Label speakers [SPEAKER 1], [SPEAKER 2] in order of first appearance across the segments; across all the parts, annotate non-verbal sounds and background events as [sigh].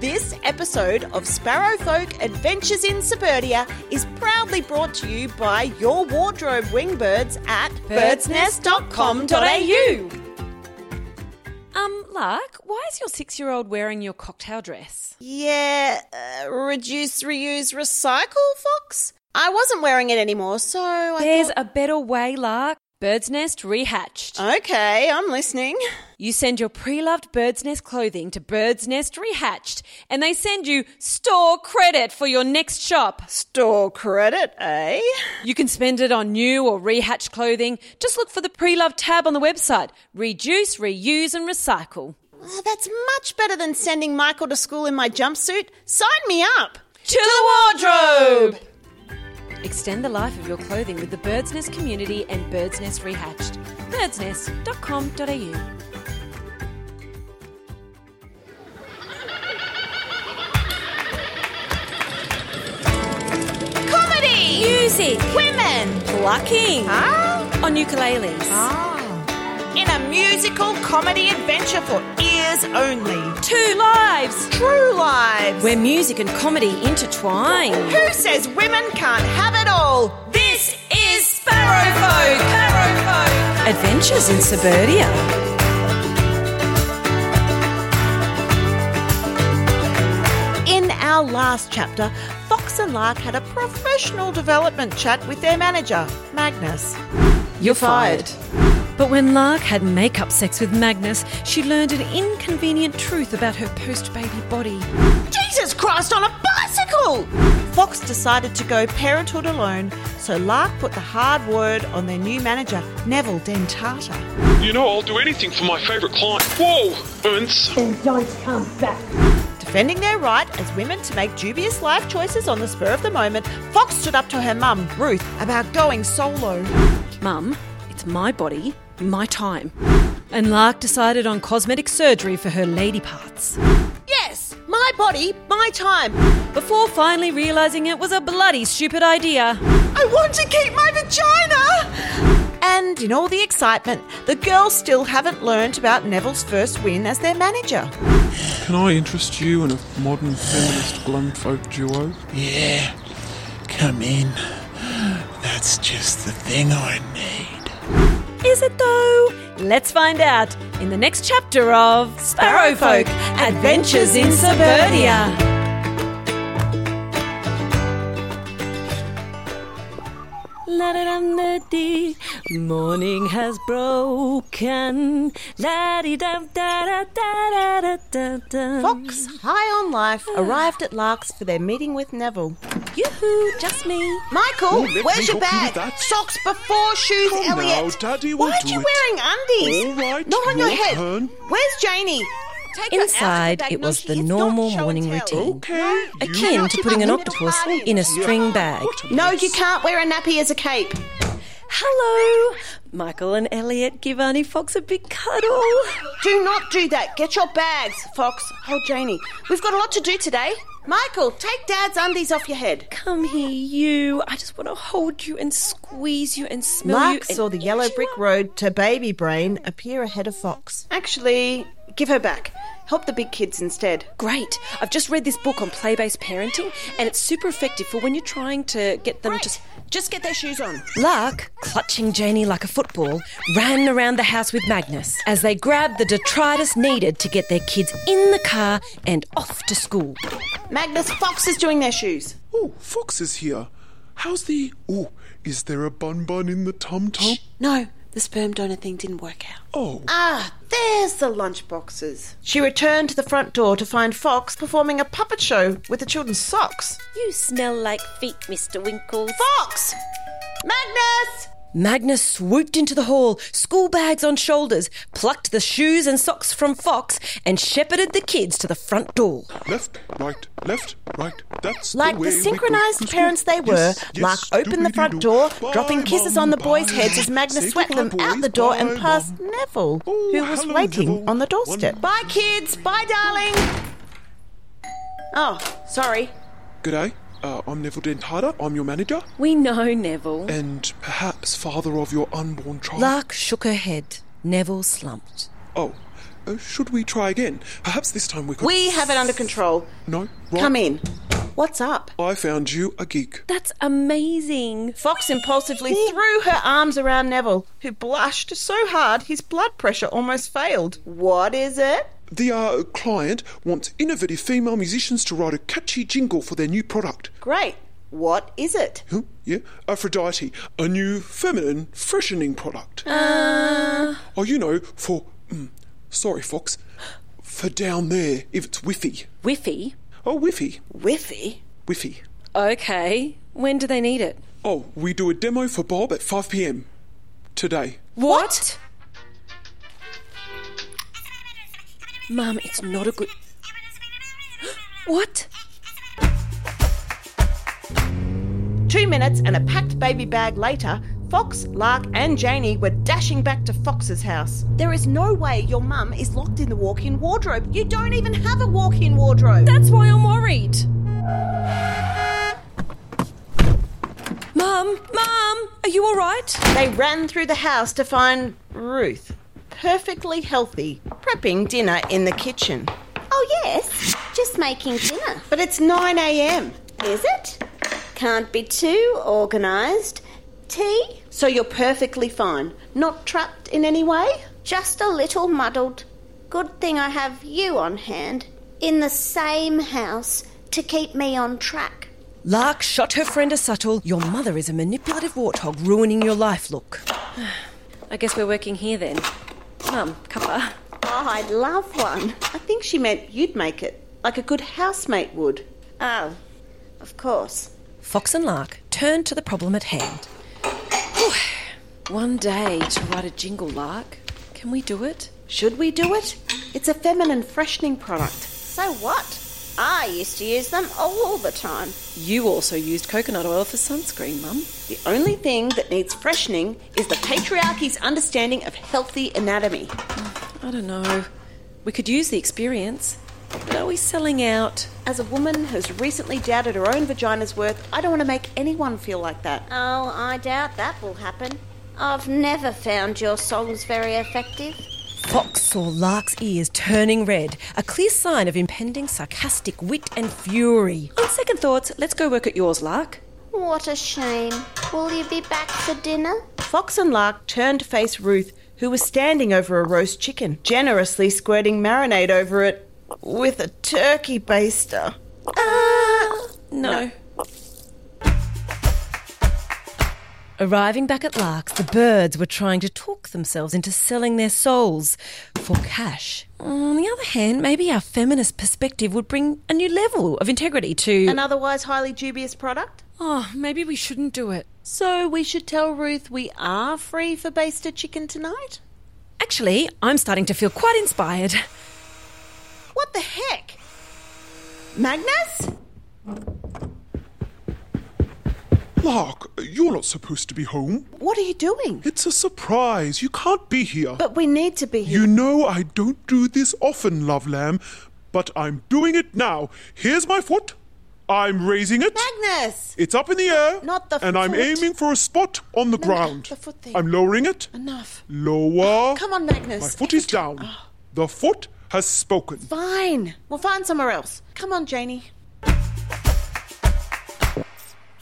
[SPEAKER 1] This episode of Sparrow Folk Adventures in Suburbia is proudly brought to you by your wardrobe wingbirds at birdsnest.com.au.
[SPEAKER 2] Um, Lark, why is your six year old wearing your cocktail dress?
[SPEAKER 1] Yeah, uh, reduce, reuse, recycle, Fox? I wasn't wearing it anymore, so I.
[SPEAKER 2] There's a better way, Lark. Bird's Nest Rehatched.
[SPEAKER 1] thought- okay, I'm listening.
[SPEAKER 2] You send your pre loved Bird's Nest clothing to Bird's Nest Rehatched, and they send you store credit for your next shop.
[SPEAKER 1] Store credit, eh?
[SPEAKER 2] You can spend it on new or rehatched clothing. Just look for the pre loved tab on the website. Reduce, reuse, and recycle.
[SPEAKER 1] Oh, that's much better than sending Michael to school in my jumpsuit. Sign me up!
[SPEAKER 2] To the wardrobe! Extend the life of your clothing with the Bird's Nest community and Bird's Nest Rehatched. birdsnest.com.au.
[SPEAKER 1] Comedy!
[SPEAKER 2] Music!
[SPEAKER 1] Women!
[SPEAKER 2] Plucking!
[SPEAKER 1] Ah!
[SPEAKER 2] On ukuleles.
[SPEAKER 1] In a musical comedy adventure for ears only.
[SPEAKER 2] Two lives!
[SPEAKER 1] True lives.
[SPEAKER 2] Where music and comedy intertwine.
[SPEAKER 1] Who says women can't have it all?
[SPEAKER 2] This is Sparrow Folk! Adventures in Suburbia.
[SPEAKER 1] In our last chapter, Fox and Lark had a professional development chat with their manager, Magnus.
[SPEAKER 2] You're
[SPEAKER 1] fired.
[SPEAKER 2] But when Lark had makeup sex with Magnus, she learned an inconvenient truth about her post baby body.
[SPEAKER 1] Jesus Christ on a bicycle! Fox decided to go parenthood alone, so Lark put the hard word on their new manager, Neville Dentata.
[SPEAKER 3] You know, I'll do anything for my favourite client. Whoa, Ernst.
[SPEAKER 1] Defending their right as women to make dubious life choices on the spur of the moment, Fox stood up to her mum, Ruth, about going solo.
[SPEAKER 2] Mum, it's my body, my time. And Lark decided on cosmetic surgery for her lady parts.
[SPEAKER 1] Yes, my body, my time.
[SPEAKER 2] Before finally realising it was a bloody stupid idea.
[SPEAKER 1] I want to keep my vagina! And in all the excitement, the girls still haven't learned about Neville's first win as their manager.
[SPEAKER 4] Can I interest you in a modern feminist glam folk duo?
[SPEAKER 5] Yeah, come in. That's just the thing I need.
[SPEAKER 2] Is it though? Let's find out in the next chapter of Sparrow Folk Adventures in Suburbia. La da dum da dee, morning has broken. La di dum da da da da da da.
[SPEAKER 1] Fox, high on life, arrived at Lark's for their meeting with Neville.
[SPEAKER 2] Yoo-hoo, just me.
[SPEAKER 1] Michael,
[SPEAKER 4] Oh, let me
[SPEAKER 1] where's your
[SPEAKER 4] help you
[SPEAKER 1] bag?
[SPEAKER 4] with that.
[SPEAKER 1] Socks before shoes,
[SPEAKER 4] Come now,
[SPEAKER 1] Elliot.
[SPEAKER 4] Daddy,
[SPEAKER 1] Why
[SPEAKER 4] we'll
[SPEAKER 1] aren't
[SPEAKER 4] do
[SPEAKER 1] you
[SPEAKER 4] it.
[SPEAKER 1] wearing undies?
[SPEAKER 4] All right,
[SPEAKER 1] Not on your,
[SPEAKER 4] your
[SPEAKER 1] head.
[SPEAKER 4] turn.
[SPEAKER 1] Where's Janie? Take her out of the
[SPEAKER 2] Inside,
[SPEAKER 1] bag.
[SPEAKER 2] it
[SPEAKER 1] No,
[SPEAKER 2] was
[SPEAKER 1] she
[SPEAKER 2] the
[SPEAKER 1] is not
[SPEAKER 2] normal
[SPEAKER 1] show and
[SPEAKER 2] morning
[SPEAKER 1] tell.
[SPEAKER 2] routine.
[SPEAKER 4] Okay.
[SPEAKER 2] Akin to putting an
[SPEAKER 1] Little
[SPEAKER 2] octopus
[SPEAKER 1] party.
[SPEAKER 2] in a string bag.
[SPEAKER 1] No, you can't wear a nappy as a cape.
[SPEAKER 2] Hello! Michael and Elliot give Arnie Fox a big cuddle.
[SPEAKER 1] Do not do that. Get your bags, Fox. Hold Janie. We've got a lot to do today. Michael, take Dad's undies off your head.
[SPEAKER 2] Come here, you. I just want to hold you and squeeze you and smell you.
[SPEAKER 1] Lark
[SPEAKER 2] and
[SPEAKER 1] saw the
[SPEAKER 2] eat
[SPEAKER 1] yellow
[SPEAKER 2] you
[SPEAKER 1] brick
[SPEAKER 2] up.
[SPEAKER 1] road to Baby Brain appear ahead of Fox. Actually, give her back. Help the big kids instead.
[SPEAKER 2] Great. I've just read this book on play based parenting, and it's super effective for when you're trying to get them
[SPEAKER 1] Right.
[SPEAKER 2] to.
[SPEAKER 1] Just get their shoes on.
[SPEAKER 2] Lark, clutching Janie like a football, ran around the house with Magnus as they grabbed the detritus needed to get their kids in the car and off to school.
[SPEAKER 1] Magnus, Fox is doing their shoes.
[SPEAKER 4] Oh, Fox is here. How's the. Oh, is there a bun bun in the tum tum?
[SPEAKER 1] No, the sperm donor thing didn't work out.
[SPEAKER 4] Oh,
[SPEAKER 1] Ah, there's the lunch boxes. She returned to the front door to find Fox performing a puppet show with the children's socks.
[SPEAKER 2] You smell like feet, Mr. Winkles.
[SPEAKER 1] Fox! Magnus!
[SPEAKER 2] Magnus swooped into the hall, school bags on shoulders, plucked the shoes and socks from Fox, and shepherded the kids to the front door.
[SPEAKER 4] left, right, left, right. That's
[SPEAKER 1] Like
[SPEAKER 4] the way
[SPEAKER 1] the
[SPEAKER 4] we go to
[SPEAKER 1] synchronized
[SPEAKER 4] school.
[SPEAKER 1] parents they were,
[SPEAKER 4] Yes, yes,
[SPEAKER 1] Lark opened the front door,
[SPEAKER 4] doobly-doo.
[SPEAKER 1] dropping
[SPEAKER 4] Bye,
[SPEAKER 1] kisses
[SPEAKER 4] Mum,
[SPEAKER 1] on the boys'
[SPEAKER 4] bye.
[SPEAKER 1] heads as Magnus
[SPEAKER 4] Say
[SPEAKER 1] swept them
[SPEAKER 4] goodbye,
[SPEAKER 1] out the
[SPEAKER 4] boys.
[SPEAKER 1] door and
[SPEAKER 4] Bye,
[SPEAKER 1] passed
[SPEAKER 4] Mum.
[SPEAKER 1] Neville,
[SPEAKER 4] Oh,
[SPEAKER 1] who was
[SPEAKER 4] hello,
[SPEAKER 1] waiting
[SPEAKER 4] Neville.
[SPEAKER 1] on the doorstep.
[SPEAKER 4] One-
[SPEAKER 1] Bye, kids. Bye, darling. Oh, sorry.
[SPEAKER 4] G'day. Uh, I'm Neville Dentata. I'm your manager
[SPEAKER 2] We know, Neville.
[SPEAKER 4] and perhaps father of your unborn child.
[SPEAKER 2] Lark shook her head. Neville slumped.
[SPEAKER 4] Oh, Uh, should we try again? Perhaps this time we could.
[SPEAKER 1] We have it under control.
[SPEAKER 4] No, right.
[SPEAKER 1] Come in. What's up?
[SPEAKER 4] I found you a geek.
[SPEAKER 2] That's amazing.
[SPEAKER 1] Fox impulsively threw her arms around Neville, who blushed so hard his blood pressure almost failed. What is it?
[SPEAKER 4] The uh, client wants innovative female musicians to write a catchy jingle for their new product.
[SPEAKER 1] Great. What is it?
[SPEAKER 4] Huh? Yeah, Aphrodite, a new feminine freshening product. Oh, you know, for. Mm, sorry, Fox. For down there, if it's whiffy.
[SPEAKER 2] Whiffy.
[SPEAKER 4] Oh, whiffy.
[SPEAKER 1] Whiffy.
[SPEAKER 4] Whiffy.
[SPEAKER 2] Okay. When do they need it?
[SPEAKER 4] Oh, we do a demo for Bob at 5 pm. Today.
[SPEAKER 2] What? Mum, it's not a good. [gasps] What?
[SPEAKER 1] Two minutes and a packed baby bag later, Fox, Lark, and Janie were dashing back to Fox's house. There is no way your mum is locked in the walk in wardrobe. You don't even have a walk in wardrobe.
[SPEAKER 2] That's why I'm worried. Mum, Mum, are you all right?
[SPEAKER 1] They ran through the house to find Ruth, perfectly healthy, prepping dinner in the kitchen.
[SPEAKER 6] Oh, yes, just making dinner.
[SPEAKER 1] But it's 9 a.m.,
[SPEAKER 6] Is it? Can't be too organised. Tea?
[SPEAKER 1] so you're perfectly fine. Not trapped in any way?
[SPEAKER 6] Just a little muddled. Good thing I have you on hand in the same house to keep me on track.
[SPEAKER 2] Lark shot her friend a subtle, your mother is a manipulative warthog ruining your life look. [sighs] I guess we're working here then. Mum, cuppa.
[SPEAKER 6] Oh, I'd love one.
[SPEAKER 1] I think she meant you'd make it, like a good housemate would.
[SPEAKER 6] Oh, of course.
[SPEAKER 2] Fox and Lark turned to the problem at hand. Whew. [sighs] One day to write a jingle, Lark. Can we do it?
[SPEAKER 1] Should we do it? It's a feminine freshening product.
[SPEAKER 6] So what? I used to use them all the time.
[SPEAKER 2] You also used coconut oil for sunscreen, Mum.
[SPEAKER 1] The only thing that needs freshening is the patriarchy's understanding of healthy anatomy.
[SPEAKER 2] I don't know. We could use the experience. But are we selling out?
[SPEAKER 1] As a woman who's recently doubted her own vagina's worth, I don't want to make anyone feel like that.
[SPEAKER 6] Oh, I doubt that will happen. I've never found your songs very effective.
[SPEAKER 2] Fox saw Lark's ears turning red, a clear sign of impending sarcastic wit and fury. On second thoughts, let's go work at yours, Lark.
[SPEAKER 6] What a shame. Will you be back for dinner?
[SPEAKER 1] Fox and Lark turned to face Ruth, who was standing over a roast chicken, generously squirting marinade over it with a turkey baster.
[SPEAKER 2] No. Arriving back at Lark's, the birds were trying to talk themselves into selling their souls for cash. On the other hand, maybe our feminist perspective would bring a new level of integrity to.
[SPEAKER 1] An otherwise highly dubious product?
[SPEAKER 2] oh, maybe we shouldn't do it.
[SPEAKER 1] So we should tell Ruth we are free for baster chicken tonight?
[SPEAKER 2] Actually, I'm starting to feel quite inspired.
[SPEAKER 1] What the heck? Magnus?
[SPEAKER 4] Lark, you're not supposed to be home.
[SPEAKER 1] What are you doing?
[SPEAKER 4] It's a surprise. You can't be here.
[SPEAKER 1] But we need to be here.
[SPEAKER 4] You know I don't do this often, love lamb, but I'm doing it now. Here's my foot. I'm raising it.
[SPEAKER 1] Magnus!
[SPEAKER 4] It's up in the air.
[SPEAKER 1] Not the
[SPEAKER 4] And I'm
[SPEAKER 1] foot.
[SPEAKER 4] aiming for a spot on the
[SPEAKER 1] No, no,
[SPEAKER 4] ground.
[SPEAKER 1] the foot thing.
[SPEAKER 4] I'm lowering it.
[SPEAKER 1] Enough.
[SPEAKER 4] Lower.
[SPEAKER 1] Come on, Ah. Magnus.
[SPEAKER 4] My foot is down. The foot has spoken.
[SPEAKER 1] Fine. We'll find somewhere else. Come on, Janie.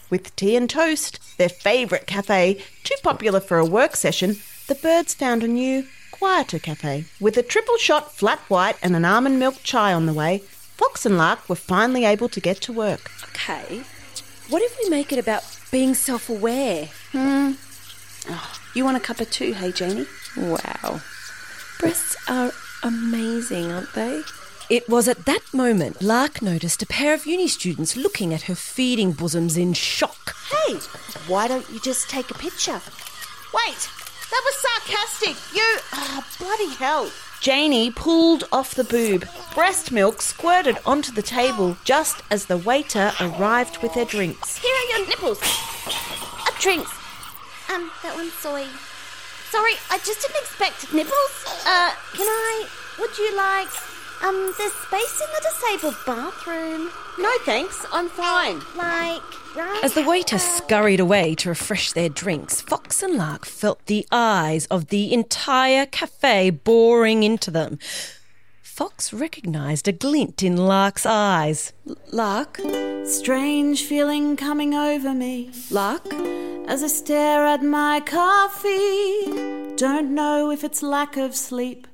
[SPEAKER 1] With tea and toast, their favourite cafe, too popular for a work session, the birds found a new, quieter cafe. With a triple shot flat white and an almond milk chai on the way, Fox and Lark were finally able to get to work.
[SPEAKER 2] Okay. What if we make it about being self aware?
[SPEAKER 1] You want a cup of tea, hey, Janie?
[SPEAKER 2] Wow. Breasts are amazing, aren't they? It was at that moment Lark noticed a pair of uni students looking at her feeding bosoms in shock.
[SPEAKER 6] Hey, why don't you just take a picture?
[SPEAKER 1] Wait! That was sarcastic! You. Ah, bloody hell! Janie pulled off the boob. Breast milk squirted onto the table just as the waiter arrived with their drinks.
[SPEAKER 6] Here are your nipples. Up drinks. Um, that one's soy. Sorry, I just didn't expect nipples. Uh, can I? Would you like Um, there's space in the disabled bathroom.
[SPEAKER 1] No thanks, I'm fine.
[SPEAKER 6] Like, right?
[SPEAKER 2] As the waiter scurried away to refresh their drinks, Fox and Lark felt the eyes of the entire cafe boring into them. Fox recognised a glint in Lark's eyes. L- Lark?
[SPEAKER 7] Strange feeling coming over me. Luck? As I stare at my coffee. Don't know if it's lack of sleep.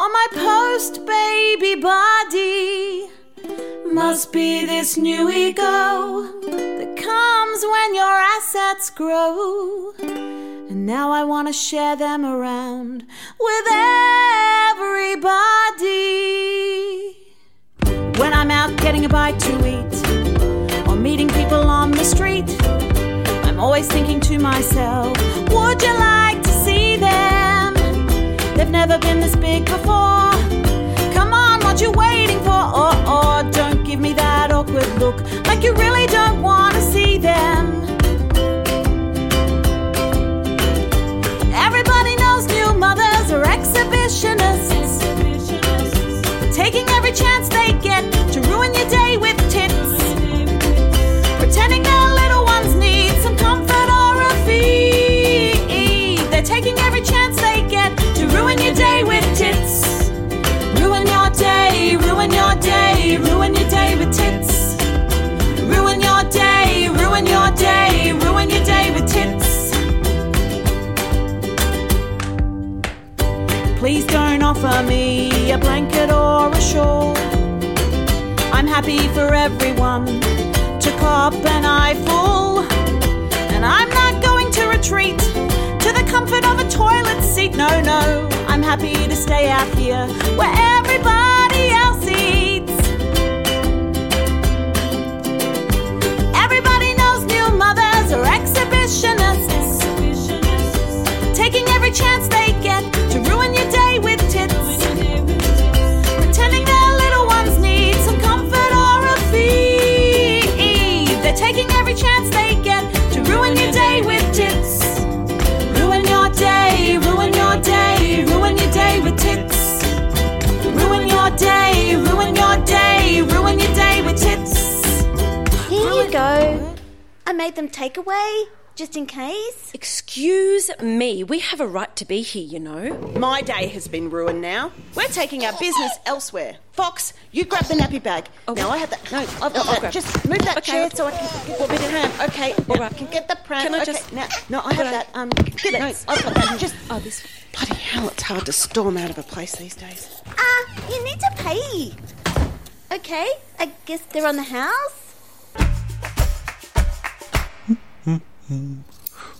[SPEAKER 7] On my post baby body. Must be this new ego that comes when your assets grow. And now I want to share them around with everybody. When I'm out getting a bite to eat or meeting people on the street, I'm always thinking to myself, would you like to see them? They've never been this big before. Come on, what you waiting for? Or, or don't give me that awkward look like you really don't want to see them. Everybody knows new mothers are exhibitionists. Taking every chance they get to ruin your day with tits. Pretending their little ones need some comfort or a feed. They're taking every chance they get to ruin your day with tits. Ruin your day, ruin your day, ruin your day with tits. Ruin your day, ruin your day, ruin your day with tits. Please don't offer me a blanket or a shawl. I'm happy for everyone to cop an eyeful. And I'm not going to retreat to the comfort of a toilet seat. No, no, I'm happy to stay out here where everybody else eats. Everybody knows new mothers are exhibitionists. Taking every chance they get to ruin your day with tits. Pretending their little ones need some comfort or a feed. They're taking every chance they get to ruin your day with tits. Ruin your day, ruin your day, ruin your day with tits. Ruin your day, ruin your day, ruin your day with tits.
[SPEAKER 6] Here you go. I made them take away, just in case.
[SPEAKER 2] Excuse me, we have a right to be here, you know.
[SPEAKER 1] My day has been ruined now. We're taking our business elsewhere. Fox, you grab the nappy bag. Now I have that. No, I've got
[SPEAKER 2] I'll
[SPEAKER 1] that.
[SPEAKER 2] grab-
[SPEAKER 1] Just move that
[SPEAKER 2] Okay.
[SPEAKER 1] chair so I can get what bit of ham. Okay, all right. Can get the pram.
[SPEAKER 2] Can I
[SPEAKER 1] okay.
[SPEAKER 2] just-
[SPEAKER 1] Now, no, I have
[SPEAKER 2] Could I-
[SPEAKER 1] that. Um, get it. No, I've got that. Just oh, this bloody hell! It's hard to storm out of a place these days.
[SPEAKER 6] Ah, you need to pay. Okay, I guess they're on the house.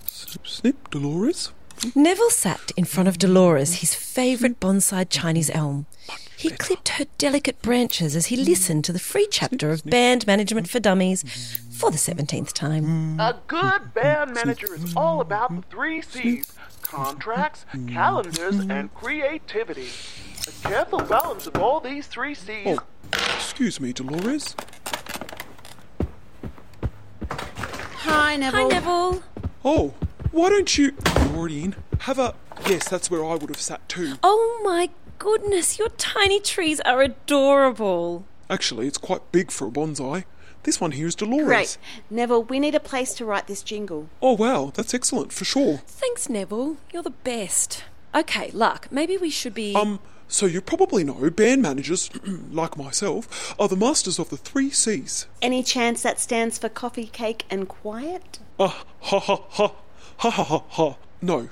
[SPEAKER 4] Snip, Dolores.
[SPEAKER 2] Neville sat in front of Dolores, his favourite bonsai Chinese elm. He clipped her delicate branches as he listened to the free chapter of Band Management for Dummies for the 17th time.
[SPEAKER 8] A good band manager is all about the three C's contracts, calendars, and creativity. A careful balance of all these three
[SPEAKER 4] Oh,
[SPEAKER 8] C's.
[SPEAKER 4] excuse me, Dolores.
[SPEAKER 7] Hi, Neville.
[SPEAKER 2] Hi, Neville.
[SPEAKER 4] Oh, why don't you? You're already in. Have a. Yes, that's where I would have sat too.
[SPEAKER 2] Oh my goodness, your tiny trees are adorable.
[SPEAKER 4] Actually, it's quite big for a bonsai. This one here is Dolores.
[SPEAKER 1] Great, Neville. We need a place to write this jingle.
[SPEAKER 4] Oh wow, that's excellent for sure.
[SPEAKER 2] Thanks, Neville. You're the best. Okay, Lark, maybe we should be.
[SPEAKER 4] Um, so you probably know band managers, [clears throat] like myself, are the masters of the three C's.
[SPEAKER 1] Any chance that stands for coffee, cake, and quiet?
[SPEAKER 4] Ah, ha ha ha, ha ha ha ha. No,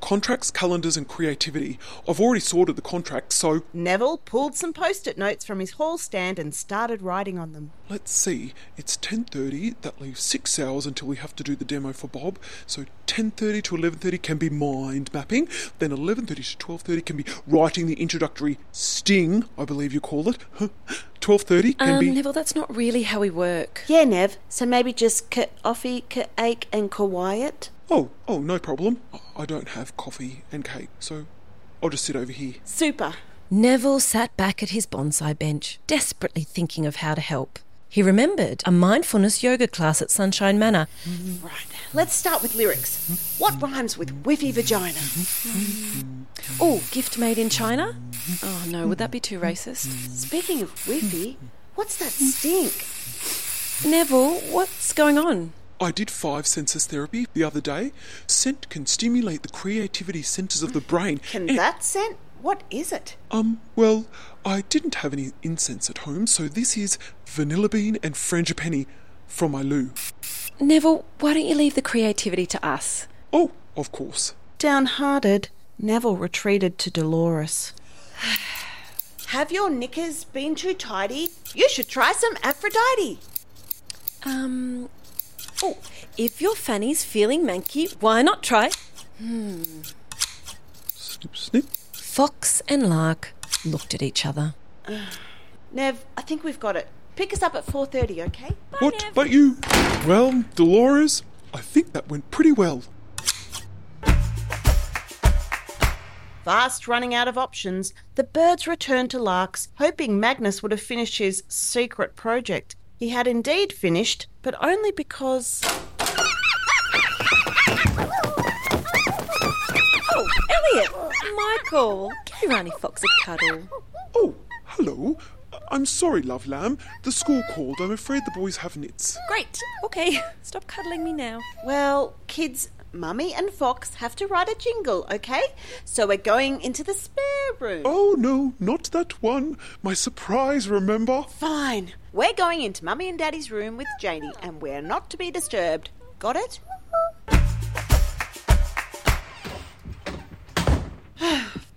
[SPEAKER 4] contracts, calendars, and creativity. I've already sorted the contracts, so
[SPEAKER 1] Neville pulled some post-it notes from his hall stand and started writing on them.
[SPEAKER 4] Let's see. It's 10:30. That leaves 6 hours until we have to do the demo for Bob. So 10:30 to 11:30 can be mind mapping. Then 11:30 to 12:30 can be writing the introductory sting, I believe you call it. [laughs] 12:30 can be
[SPEAKER 2] um, Neville, that's not really how we work.
[SPEAKER 1] Yeah, Nev. So maybe just coffee, cake, and quiet.
[SPEAKER 4] Oh, oh, no problem. I don't have coffee and cake. So I'll just sit over here.
[SPEAKER 1] Super.
[SPEAKER 2] Neville sat back at his bonsai bench, desperately thinking of how to help. He remembered a mindfulness yoga class at Sunshine Manor.
[SPEAKER 1] Right. Let's start with lyrics. What rhymes with whiffy vagina?
[SPEAKER 2] Oh, gift made in China? Oh no, would that be too racist?
[SPEAKER 6] Speaking of whiffy, what's that stink?
[SPEAKER 2] Neville, what's going on?
[SPEAKER 4] I did five senses therapy the other day. Scent can stimulate the creativity centers of the brain.
[SPEAKER 1] Can
[SPEAKER 4] and-
[SPEAKER 1] that scent? What is it?
[SPEAKER 4] Um, well, I didn't have any incense at home, so this is vanilla bean and frangipanni from my loo.
[SPEAKER 2] Neville, why don't you leave the creativity to us?
[SPEAKER 4] Oh, of course.
[SPEAKER 1] Downhearted, Neville retreated to Dolores. [sighs] Have your knickers been too tidy? You should try some Aphrodite.
[SPEAKER 2] Um. Oh, if your fanny's feeling manky, why not try
[SPEAKER 4] Snip, snip.
[SPEAKER 2] Fox and Lark looked at each other.
[SPEAKER 1] Nev, I think we've got it. Pick us up at 4:30, okay?
[SPEAKER 4] what but you? Well, Dolores, I think that went pretty well.
[SPEAKER 1] Fast running out of options, the birds returned to Lark's, hoping Magnus would have finished his secret project. He had indeed finished, but only because
[SPEAKER 2] Oh, Elliot! Michael! Give Rani Fox a cuddle.
[SPEAKER 4] Oh, hello. I- I'm sorry, love lamb. The school called. I'm afraid the boys have nits.
[SPEAKER 2] Great. Okay, stop cuddling me now.
[SPEAKER 1] Well, kids, Mummy and Fox have to write a jingle, okay? So we're going into the spare room.
[SPEAKER 4] Oh no, not that one. My surprise, remember?
[SPEAKER 1] Fine. We're going into Mummy and Daddy's room with Janie, and we're not to be disturbed. Got it? [sighs]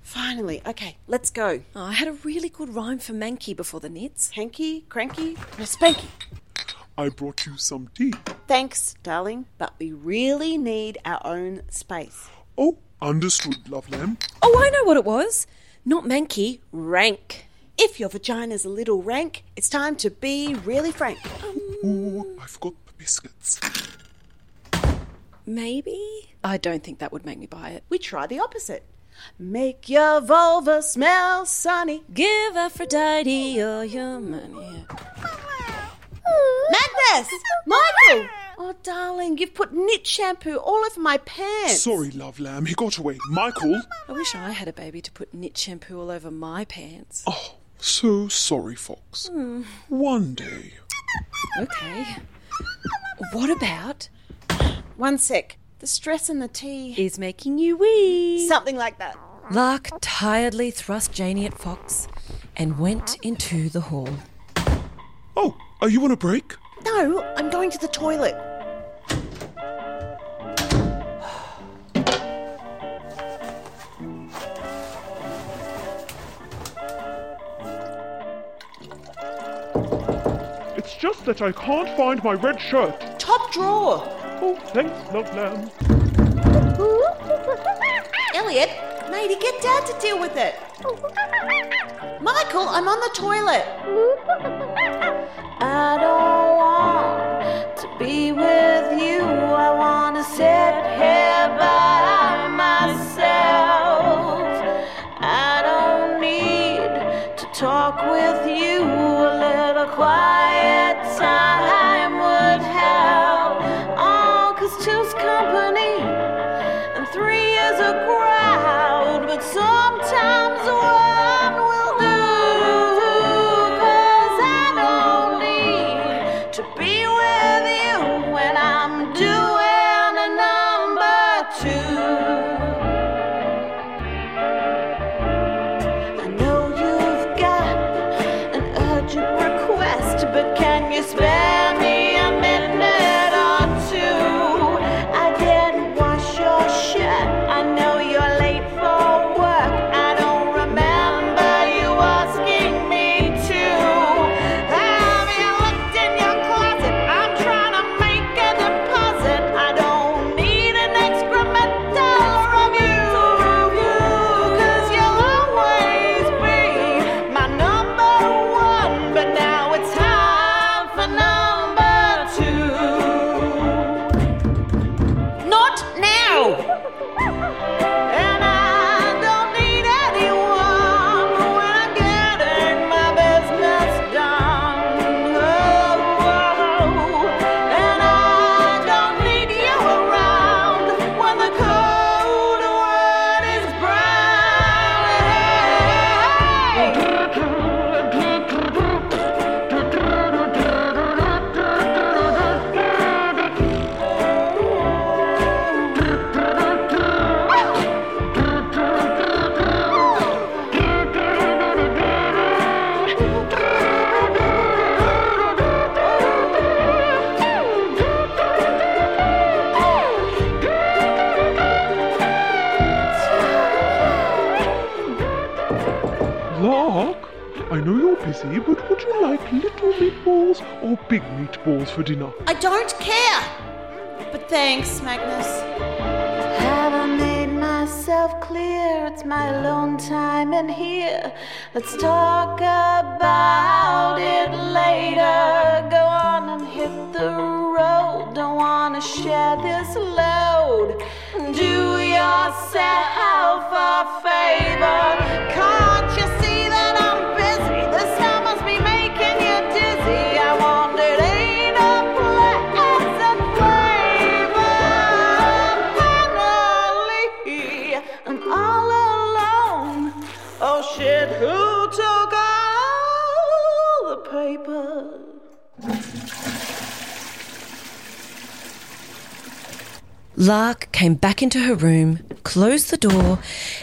[SPEAKER 1] Finally. Okay, let's go.
[SPEAKER 2] Oh, I had a really good rhyme for Mankey before the knits.
[SPEAKER 1] Hanky, cranky, no spanky.
[SPEAKER 4] I brought you some tea.
[SPEAKER 1] Thanks, darling, but we really need our own space.
[SPEAKER 4] Oh, understood, love lamb.
[SPEAKER 2] Oh, I know what it was. Not Mankey, rank.
[SPEAKER 1] If your vagina's a little rank, it's time to be really frank.
[SPEAKER 4] Ooh, I've got the biscuits.
[SPEAKER 2] Maybe? I don't think that would make me buy it.
[SPEAKER 1] we try the opposite. Make your vulva smell sunny.
[SPEAKER 2] Give Aphrodite all your money.
[SPEAKER 1] Magnus! [laughs] Michael! Oh, darling, you've put knit shampoo all over my pants.
[SPEAKER 4] Sorry, love lamb. He got away. Michael.
[SPEAKER 2] I wish I had a baby to put knit shampoo all over my pants.
[SPEAKER 4] Oh, so sorry, Fox.
[SPEAKER 2] Hmm.
[SPEAKER 4] One day.
[SPEAKER 2] Okay. What about
[SPEAKER 1] One sec. The stress in the tea.
[SPEAKER 2] is making you wee?
[SPEAKER 1] Something like that.
[SPEAKER 2] Lark tiredly thrust Janie at Fox and went into the hall.
[SPEAKER 4] Oh, are you on a break?
[SPEAKER 1] No, I'm going to the toilet.
[SPEAKER 4] It's just that I can't find my red shirt.
[SPEAKER 1] Top drawer.
[SPEAKER 4] Oh, thanks, love lamb.
[SPEAKER 1] Elliot, matey, get Dad to deal with it. Michael, I'm on the toilet.
[SPEAKER 7] I don't want to be with you. I want to sit here by myself. I don't need to talk with you. A little quiet time would help. Oh, 'cause two's company and three is a crowd, but sometimes one will do. 'Cause I don't need to be with you when I'm doing a number two. I know you've got an urgent request, but can you spare me a minute or two? I didn't wash your shirt. I know you're late for work. I don't remember you asking me to. Have you looked in your closet? I'm trying to make a deposit. I don't need an excremental review. Cause you'll always be my number one. But now it's time for number
[SPEAKER 1] Oh,
[SPEAKER 4] Lizzie, but would you like little meatballs or big meatballs for dinner?
[SPEAKER 6] I don't care.
[SPEAKER 7] But thanks, Magnus. Have I made myself clear? It's my alone time in here. Let's talk about it later. Go on and hit the road. Don't wanna share this load. Do yourself a favor. Can't you see that I'm busy? This time must be making you dizzy. I wandered in a pleasant flavor. Finally, I'm all alone. Oh shit, who took all the paper?
[SPEAKER 2] Lark came back into her room, closed the door,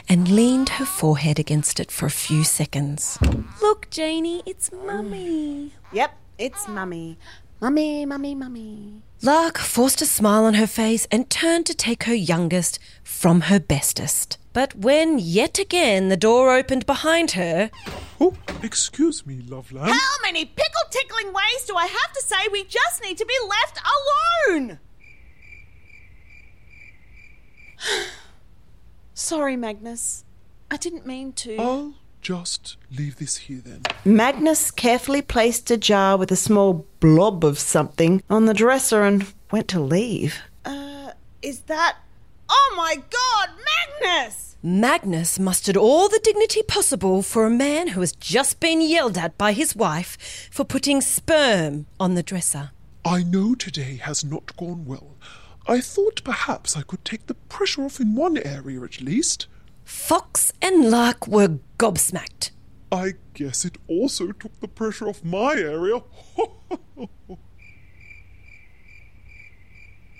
[SPEAKER 2] and leaned her forehead against it for a few seconds. Look, Janie, it's Mummy.
[SPEAKER 1] Yep, it's Mummy. Mummy, Mummy, Mummy.
[SPEAKER 2] Lark forced a smile on her face and turned to take her youngest from her bestest. But when yet again the door opened behind her,
[SPEAKER 4] Oh, excuse me, Loveland.
[SPEAKER 1] How many pickle tickling ways do I have to say we just need to be left alone? Sorry, Magnus.
[SPEAKER 7] I didn't mean to.
[SPEAKER 4] I'll just leave this here then.
[SPEAKER 1] Magnus carefully placed a jar with a small blob of something on the dresser and went to leave. Uh, is that. Oh my god, Magnus!
[SPEAKER 2] Magnus mustered all the dignity possible for a man who has just been yelled at by his wife for putting sperm on the dresser.
[SPEAKER 4] I know today has not gone well. I thought perhaps I could take the pressure off in one area at least.
[SPEAKER 2] Fox and Lark were gobsmacked.
[SPEAKER 4] I guess it also took the pressure off my area. [laughs]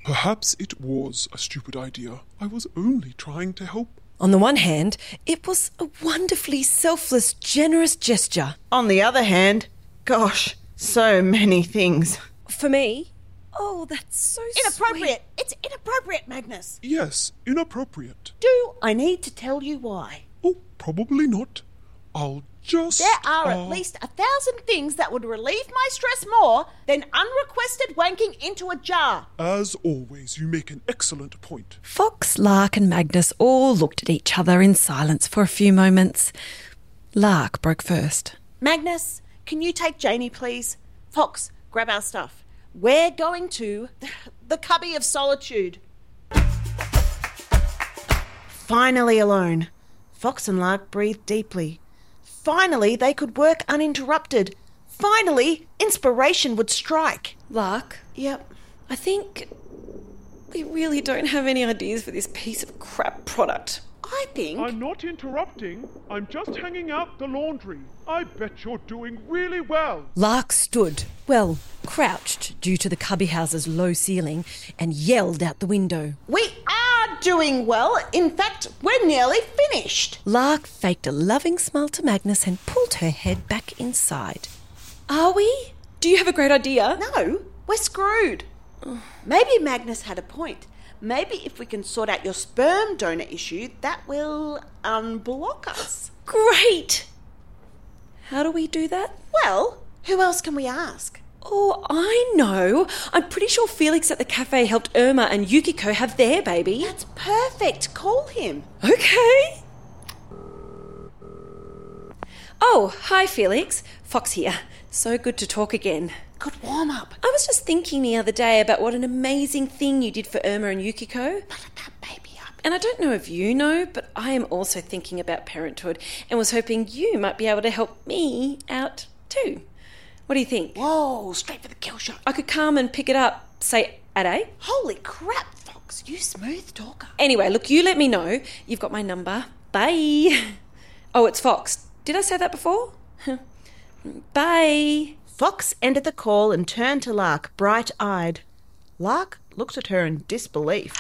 [SPEAKER 4] Perhaps it was a stupid idea. I was only trying to help.
[SPEAKER 2] On the one hand, it was a wonderfully selfless, generous gesture.
[SPEAKER 1] On the other hand, gosh, so many things.
[SPEAKER 2] For me, oh, that's so
[SPEAKER 1] Inappropriate! It's inappropriate, Magnus!
[SPEAKER 4] Yes, inappropriate.
[SPEAKER 1] Do I need to tell you why?
[SPEAKER 4] Oh, probably not. I'll just.
[SPEAKER 9] There are
[SPEAKER 4] uh,
[SPEAKER 9] at least a thousand things that would relieve my stress more than unrequested wanking into a jar.
[SPEAKER 4] As always, you make an excellent point.
[SPEAKER 2] Fox, Lark, and Magnus all looked at each other in silence for a few moments. Lark broke first.
[SPEAKER 9] Magnus, can you take Janie, please? Fox, grab our stuff. We're going to the cubby of solitude.
[SPEAKER 1] Finally alone. Fox and Lark breathed deeply. Finally, they could work uninterrupted. Finally, inspiration would strike.
[SPEAKER 2] Lark,
[SPEAKER 1] Yep.
[SPEAKER 2] I think we really don't have any ideas for this piece of crap product.
[SPEAKER 9] I think
[SPEAKER 8] I'm not interrupting. I'm just hanging out the laundry. I bet you're doing really well.
[SPEAKER 2] Lark stood, well, crouched due to the cubby house's low ceiling, and yelled out the window.
[SPEAKER 9] we are doing well. In fact, we're nearly finished.
[SPEAKER 2] Lark faked a loving smile to Magnus and pulled her head back inside. Are we? Do you have a great idea?
[SPEAKER 9] No, we're screwed. Maybe Magnus had a point. Maybe if we can sort out your sperm donor issue, that will unblock us.
[SPEAKER 2] Great! How do we do that?
[SPEAKER 9] Well, who else can we ask?
[SPEAKER 2] Oh, I know. I'm pretty sure Felix at the cafe helped Irma and Yukiko have their baby.
[SPEAKER 9] That's perfect. Call him.
[SPEAKER 2] Okay. Oh, hi, Felix. Fox here. So good to talk again.
[SPEAKER 9] Good warm up.
[SPEAKER 2] I was just thinking the other day about what an amazing thing you did for Irma and Yukiko.
[SPEAKER 9] Put that baby up.
[SPEAKER 2] And I don't know if you know, but I am also thinking about parenthood and was hoping you might be able to help me out too. What do you think?
[SPEAKER 9] Whoa, straight for the kill shot.
[SPEAKER 2] I could come and pick it up, say, at eight.
[SPEAKER 9] Holy crap, Fox. You smooth talker.
[SPEAKER 2] Anyway, look, you let me know. You've got my number. Bye. [laughs] Oh, it's Fox. Did I say that before? [laughs] Bye.
[SPEAKER 1] Fox ended the call and turned to Lark, bright eyed. Lark looked at her in disbelief.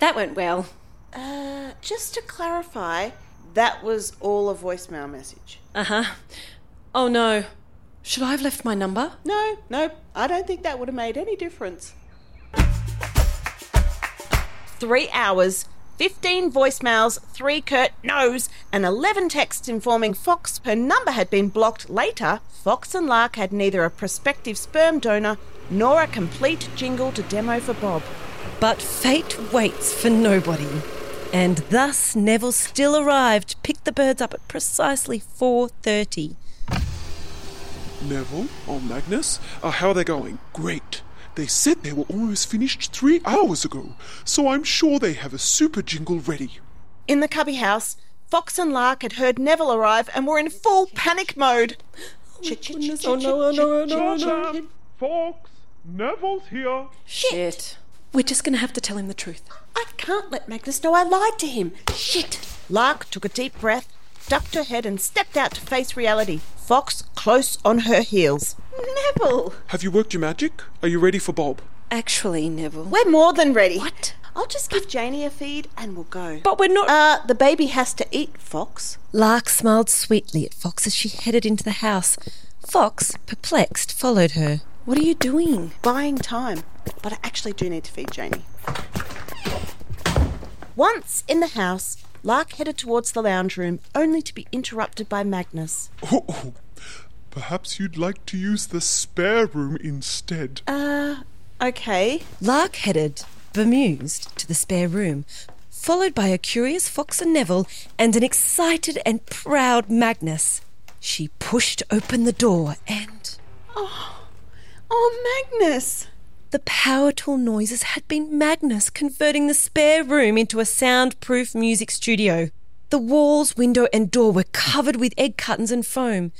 [SPEAKER 2] That went well.
[SPEAKER 9] Uh, just to clarify, that was all a voicemail message.
[SPEAKER 2] Uh huh. Oh no. Should I have left my number?
[SPEAKER 9] No, no, I don't think that would have made any difference.
[SPEAKER 1] Three hours, 15 voicemails, 3 curt no's, and 11 texts informing Fox her number had been blocked later, Fox and Lark had neither a prospective sperm donor nor a complete jingle to demo for Bob.
[SPEAKER 2] But fate waits for nobody. And thus Neville still arrived, picked the birds up at precisely 4:30.
[SPEAKER 4] Neville, oh Magnus, uh, how are they going? Great. They said they were almost finished three hours ago, so I'm sure they have a super jingle ready.
[SPEAKER 1] In the cubby house, Fox and Lark had heard Neville arrive and were in full panic mode.
[SPEAKER 2] Oh no, oh no, oh no, oh no.
[SPEAKER 8] Fox, Neville's here.
[SPEAKER 2] Shit. We're just going to have to tell him the truth.
[SPEAKER 9] I can't let Magnus know I lied to him. Shit.
[SPEAKER 1] Lark took a deep breath, ducked her head, and stepped out to face reality. Fox close on her heels.
[SPEAKER 9] Neville,
[SPEAKER 4] Have you worked your magic? Are you ready for Bob?
[SPEAKER 2] Actually, Neville.
[SPEAKER 9] we're more than ready.
[SPEAKER 2] What?
[SPEAKER 9] I'll just give Janie a feed and we'll go.
[SPEAKER 2] But we're not.
[SPEAKER 9] Uh, the baby has to eat, Fox.
[SPEAKER 2] Lark smiled sweetly at Fox as she headed into the house. Fox, perplexed, followed her. What are you doing?
[SPEAKER 9] Buying time. But I actually do need to feed Janie.
[SPEAKER 1] Once in the house, Lark headed towards the lounge room, only to be interrupted by Magnus.
[SPEAKER 4] Oh, oh. Perhaps you'd like to use the spare room instead.
[SPEAKER 9] Okay.
[SPEAKER 2] Lark headed, bemused, to the spare room, followed by a curious Fox and Neville and an excited and proud Magnus. She pushed open the door and.
[SPEAKER 9] Oh, Magnus.
[SPEAKER 2] The power tool noises had been Magnus converting the spare room into a soundproof music studio. The walls, window, and door were covered with egg cartons and foam.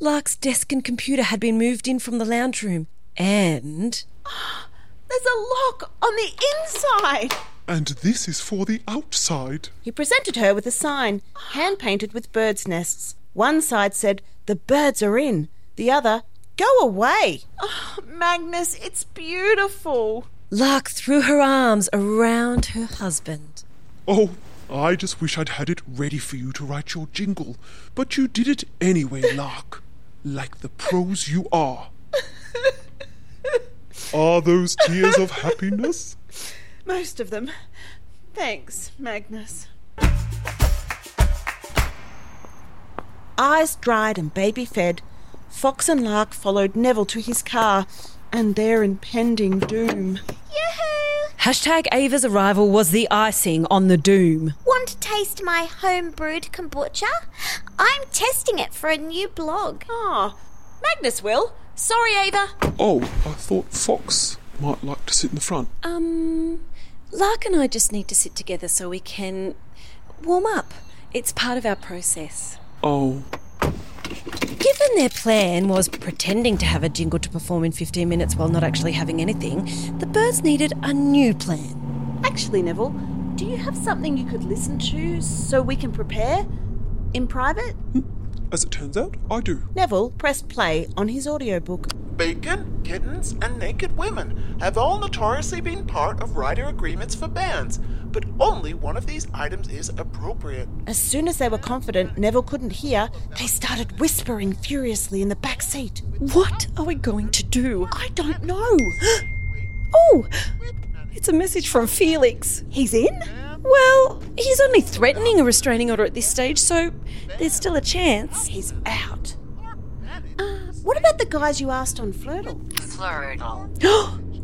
[SPEAKER 2] Lark's desk and computer had been moved in from the lounge room. And
[SPEAKER 9] There's a lock on the inside.
[SPEAKER 4] And this is for the outside.
[SPEAKER 1] He presented her with a sign, hand painted with birds' nests. One side said, The birds are in. The other, Go away.
[SPEAKER 9] Oh, Magnus, it's beautiful.
[SPEAKER 2] Lark threw her arms around her husband.
[SPEAKER 4] Oh, I just wish I'd had it ready for you to write your jingle. But you did it anyway, Lark. Like the pros you are. Are those tears of happiness?
[SPEAKER 9] Most of them. Thanks, Magnus.
[SPEAKER 1] Eyes dried and baby fed, Fox and Lark followed Neville to his car and their impending doom.
[SPEAKER 2] Hashtag Ava's arrival was the icing on the doom.
[SPEAKER 6] Want to taste my home-brewed kombucha? I'm testing it for a new blog.
[SPEAKER 9] Ah, Magnus will. Sorry, Ava.
[SPEAKER 4] Oh, I thought Fox might like to sit in the front.
[SPEAKER 2] Um, Lark and I just need to sit together so we can warm up. It's part of our process.
[SPEAKER 4] Oh,
[SPEAKER 2] Given their plan was pretending to have a jingle to perform in 15 minutes while not actually having anything, the birds needed a new plan.
[SPEAKER 9] Actually, Neville, do you have something you could listen to so we can prepare? In private?
[SPEAKER 4] as it turns out, I do.
[SPEAKER 1] Neville pressed play on his audiobook.
[SPEAKER 8] Bacon, kittens, and naked women have all notoriously been part of rider agreements for bands, but only one of these items is appropriate.
[SPEAKER 1] As soon as they were confident Neville couldn't hear, they started whispering furiously in the back seat.
[SPEAKER 2] What are we going to do?
[SPEAKER 1] I don't know.
[SPEAKER 2] [gasps] Oh, it's a message from Felix.
[SPEAKER 1] He's in?
[SPEAKER 2] Well, he's only threatening a restraining order at this stage, so there's still a chance.
[SPEAKER 9] He's out. Uh, what about the guys you asked on Flirtle?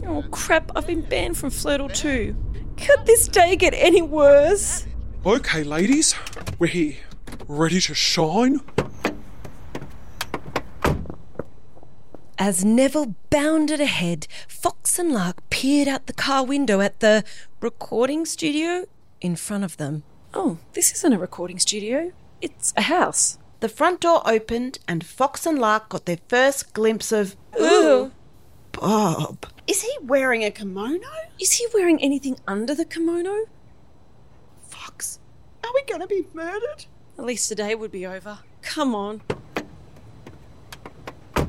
[SPEAKER 2] Oh crap, I've been banned from Flirtle too. Could this day get any worse?
[SPEAKER 4] Okay, ladies, we're here. Ready to shine?
[SPEAKER 2] As Neville bounded ahead, Fox and Lark peered out the car window at the recording studio in front of them. Oh, this isn't a recording studio, it's a house.
[SPEAKER 1] The front door opened and Fox and Lark got their first glimpse of
[SPEAKER 2] Ooh.
[SPEAKER 1] Bob.
[SPEAKER 9] Is he wearing a kimono?
[SPEAKER 2] Is he wearing anything under the kimono?
[SPEAKER 9] Fox, are we gonna be murdered?
[SPEAKER 2] At least today would be over. Come on.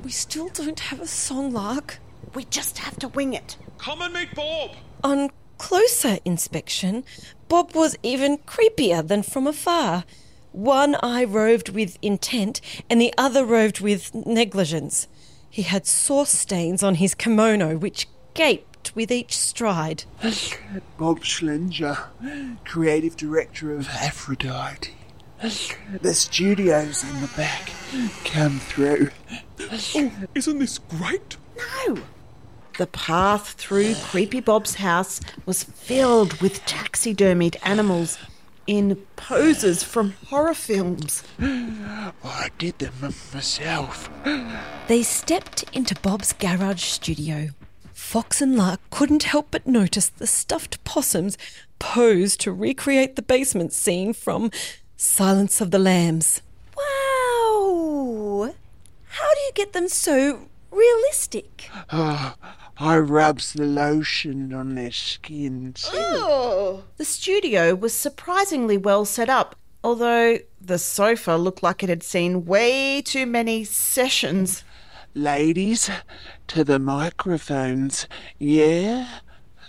[SPEAKER 2] We still don't have a song, Lark.
[SPEAKER 9] We just have to wing it.
[SPEAKER 3] Come and meet Bob.
[SPEAKER 2] On closer inspection, Bob was even creepier than from afar. One eye roved with intent, and the other roved with negligence. He had sauce stains on his kimono, which gaped tipped with each stride.
[SPEAKER 10] Bob Schlinger, creative director of Aphrodite. The studio's in the back. Come through.
[SPEAKER 4] Oh, isn't this great?
[SPEAKER 1] The path through Creepy Bob's house was filled with taxidermied animals in poses from horror films.
[SPEAKER 10] I did them m- myself.
[SPEAKER 2] They stepped into Bob's garage studio. Fox and Lark couldn't help but notice the stuffed possums posed to recreate the basement scene from Silence of the Lambs. Wow! How do you get them so realistic?
[SPEAKER 10] Oh, I rubs the lotion on their skins.
[SPEAKER 1] The studio was surprisingly well set up, although the sofa looked like it had seen way too many sessions.
[SPEAKER 10] Ladies, to the microphones. Yeah?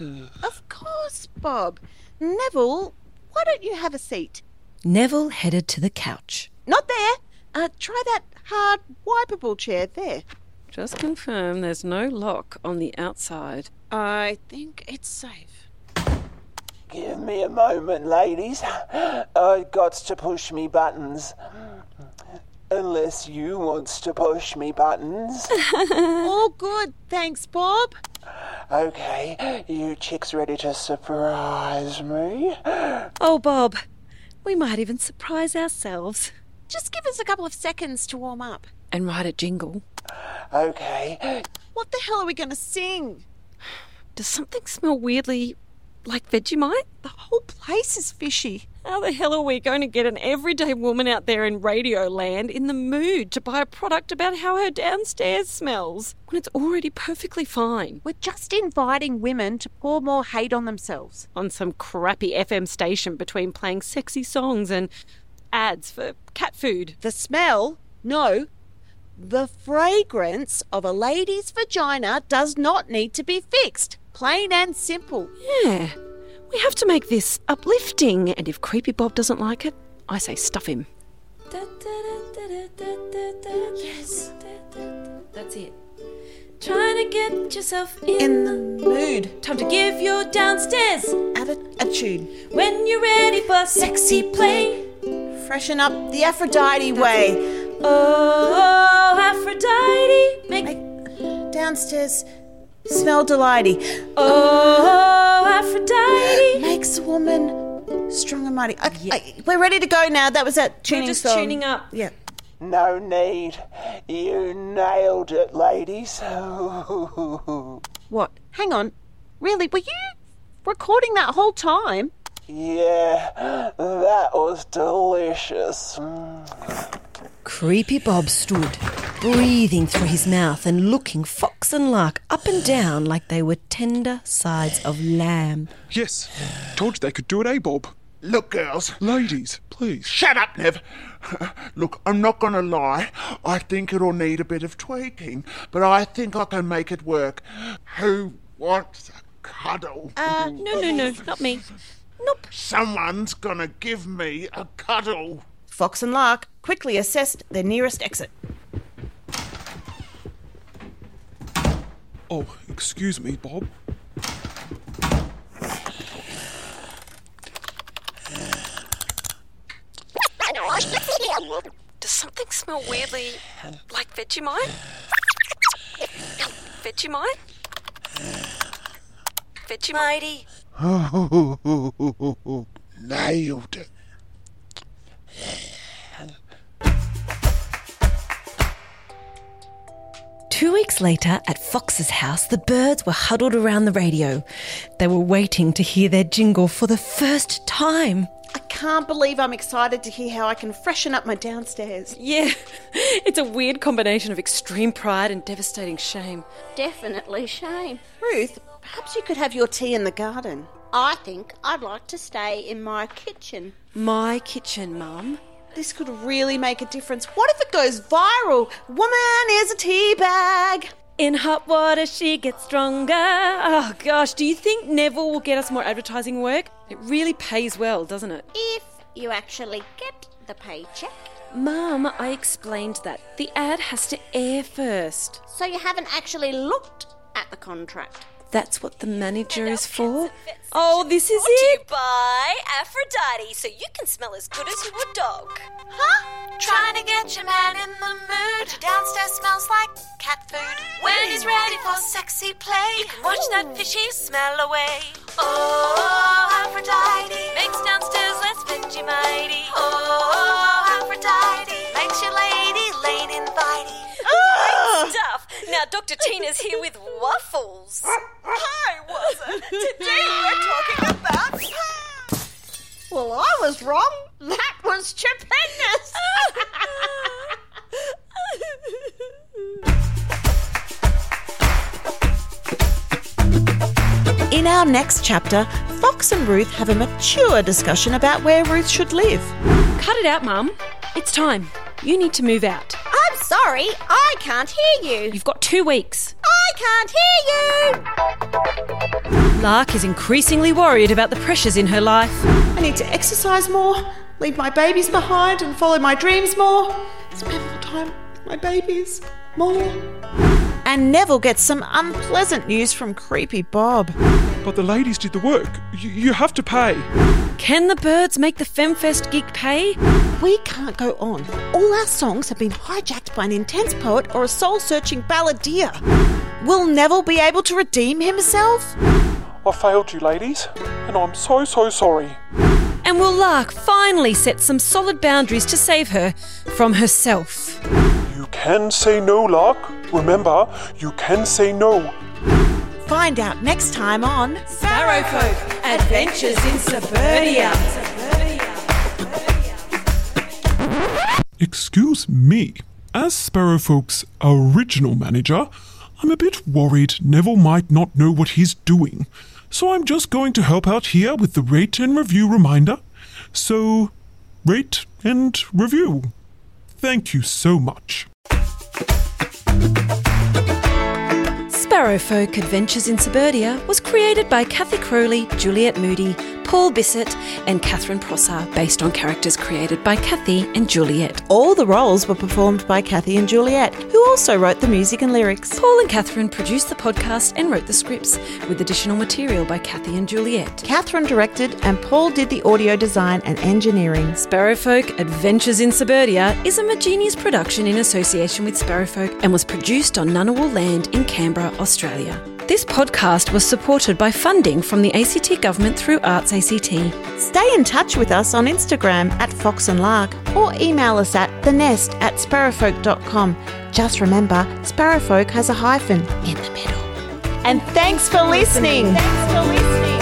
[SPEAKER 11] Of course, Bob. Neville, why don't you have a seat?
[SPEAKER 2] Neville headed to the couch.
[SPEAKER 11] Not there. Uh, try that hard, wipeable chair there.
[SPEAKER 7] Just confirm there's no lock on the outside. I think it's safe.
[SPEAKER 10] Give me a moment, ladies. I got to push me buttons. Unless you wants to push me buttons.
[SPEAKER 11] All good, thanks, Bob.
[SPEAKER 10] Okay, you chicks ready to surprise me?
[SPEAKER 2] Oh, Bob, we might even surprise ourselves.
[SPEAKER 11] Just give us a couple of seconds to warm up.
[SPEAKER 7] And write a jingle.
[SPEAKER 10] Okay,
[SPEAKER 11] What the hell are we going to sing?
[SPEAKER 7] Does something smell weirdly like Vegemite?
[SPEAKER 11] The whole place is fishy.
[SPEAKER 7] How the hell are we going to get an everyday woman out there in radio land in the mood to buy a product about how her downstairs smells when it's already perfectly fine
[SPEAKER 11] We're just inviting women to pour more hate on themselves.
[SPEAKER 7] on some crappy FM station between playing sexy songs and ads for cat food?
[SPEAKER 11] The smell? No. The fragrance of a lady's vagina does not need to be fixed. Plain and simple.
[SPEAKER 7] Yeah, we have to make this uplifting, and if Creepy Bob doesn't like it, I say stuff him.
[SPEAKER 2] Yes. That's it. Trying to get yourself in,
[SPEAKER 1] In the mood,
[SPEAKER 2] Time to give your downstairs
[SPEAKER 1] attitude,
[SPEAKER 2] when you're ready for sexy play.
[SPEAKER 1] freshen up the Aphrodite way.
[SPEAKER 2] Oh, Aphrodite, make
[SPEAKER 1] Downstairs, smell delighty.
[SPEAKER 2] oh, Aphrodite.
[SPEAKER 1] Makes a woman strong and mighty. Okay, we're ready to go now. That was that tuning
[SPEAKER 2] We're just
[SPEAKER 1] song.
[SPEAKER 2] tuning up.
[SPEAKER 1] Yeah.
[SPEAKER 10] no need. You nailed it, ladies.
[SPEAKER 11] What? Hang on. Really? Were you recording that whole time?
[SPEAKER 10] yeah, that was delicious.
[SPEAKER 2] Creepy Bob stood, breathing through his mouth and looking fox and lark up and down like they were tender sides of lamb.
[SPEAKER 4] Yes. Told you they could do it, eh, Bob?
[SPEAKER 12] Look, girls,
[SPEAKER 4] Ladies, please.
[SPEAKER 12] shut up, Nev. Look, I'm not going to lie. I think it'll need a bit of tweaking, but I think I can make it work. Who wants a cuddle?
[SPEAKER 7] Uh, no, no, no, not me. Nope.
[SPEAKER 12] Someone's going to give me a cuddle.
[SPEAKER 1] Fox and Lark quickly assessed their nearest exit.
[SPEAKER 4] Oh, excuse me, Bob.
[SPEAKER 7] Does something smell weirdly like Vegemite? Vegemite? Vegemite?
[SPEAKER 12] Nailed it.
[SPEAKER 2] Two weeks later, at Fox's house, the birds were huddled around the radio. They were waiting to hear their jingle for the first time.
[SPEAKER 1] I can't believe I'm excited to hear how I can freshen up my downstairs.
[SPEAKER 7] Yeah, [laughs] it's a weird combination of extreme pride and devastating shame.
[SPEAKER 6] Definitely shame.
[SPEAKER 1] Ruth, perhaps you could have your tea in the garden.
[SPEAKER 6] I think I'd like to stay in my kitchen.
[SPEAKER 7] My kitchen, Mum.
[SPEAKER 1] This could really make a difference. What if it goes viral? Woman is a tea bag.
[SPEAKER 2] In hot water, she gets stronger. Oh gosh, do you think Neville will get us more advertising work? It really pays well, doesn't it?
[SPEAKER 6] If you actually get the paycheck.
[SPEAKER 7] Mum, I explained that. The ad has to air first.
[SPEAKER 6] So you haven't actually looked at the contract.
[SPEAKER 2] That's what the manager is for. Oh, this is
[SPEAKER 13] Brought to
[SPEAKER 2] it.
[SPEAKER 13] you by Aphrodite, so you can smell as good as you a dog.
[SPEAKER 6] Huh? Trying to get your man in the mood. Your downstairs smells like cat food. When he's ready for sexy play, you can watch that fishy smell away. Oh, Aphrodite makes downstairs less veggie mighty. Oh, Aphrodite makes your lady lane inviting. Ah!
[SPEAKER 13] Great stuff. Now, Dr. Tina's here with
[SPEAKER 6] [laughs]
[SPEAKER 13] waffles.
[SPEAKER 14] Hi, was it? Today we're talking about Well, I was wrong. That was stupendous.
[SPEAKER 1] [laughs] In our next chapter, Fox and Ruth have a mature discussion about where Ruth should live.
[SPEAKER 15] Cut it out, Mum. It's time. You need to move out.
[SPEAKER 16] I'm sorry, I can't hear you.
[SPEAKER 15] You've got two weeks.
[SPEAKER 16] I can't hear you.
[SPEAKER 2] Lark is increasingly worried about the pressures in her life.
[SPEAKER 1] I need to exercise more, leave my babies behind, and follow my dreams more. Spend more time with my babies more. And Neville gets some unpleasant news from creepy Bob.
[SPEAKER 3] But the ladies did the work. You, you have to pay.
[SPEAKER 2] Can the birds make the FemFest gig pay?
[SPEAKER 1] We can't go on. All our songs have been hijacked by an intense poet or a soul searching balladeer. Will Neville be able to redeem himself?
[SPEAKER 3] I failed you, ladies, and I'm so, so sorry.
[SPEAKER 2] And will Lark finally set some solid boundaries to save her from herself?
[SPEAKER 3] You can say no, Lark. Remember, you can say no.
[SPEAKER 1] Find out next time on
[SPEAKER 2] Sparrow Folk Adventures in Suburbia.
[SPEAKER 3] Excuse me. As Sparrowfolk's original manager, I'm a bit worried Neville might not know what he's doing. So I'm just going to help out here with the rate and review reminder. So, rate and review. Thank you so much.
[SPEAKER 2] Sparrow Folk Adventures in Suburbia was created by Kathy Crowley, Juliet Moody, Paul Bissett, and Catherine Prosser, based on characters created by Kathy and Juliet.
[SPEAKER 1] All the roles were performed by Kathy and Juliet, who also wrote the music and lyrics.
[SPEAKER 2] Paul and Catherine produced the podcast and wrote the scripts, with additional material by Kathy and Juliet.
[SPEAKER 1] Catherine directed, and Paul did the audio design and engineering.
[SPEAKER 2] Sparrowfolk Adventures in Suburbia is a Magenius production in association with Sparrowfolk and was produced on Ngunnawal land in Canberra, Australia. This podcast was supported by funding from the ACT government through Arts ACT.
[SPEAKER 1] Stay in touch with us on Instagram at Fox and Lark or email us at thenest at sparrowfolk.com. Just remember, Sparrowfolk has a hyphen in the middle. And thanks for listening.
[SPEAKER 16] Thanks for listening.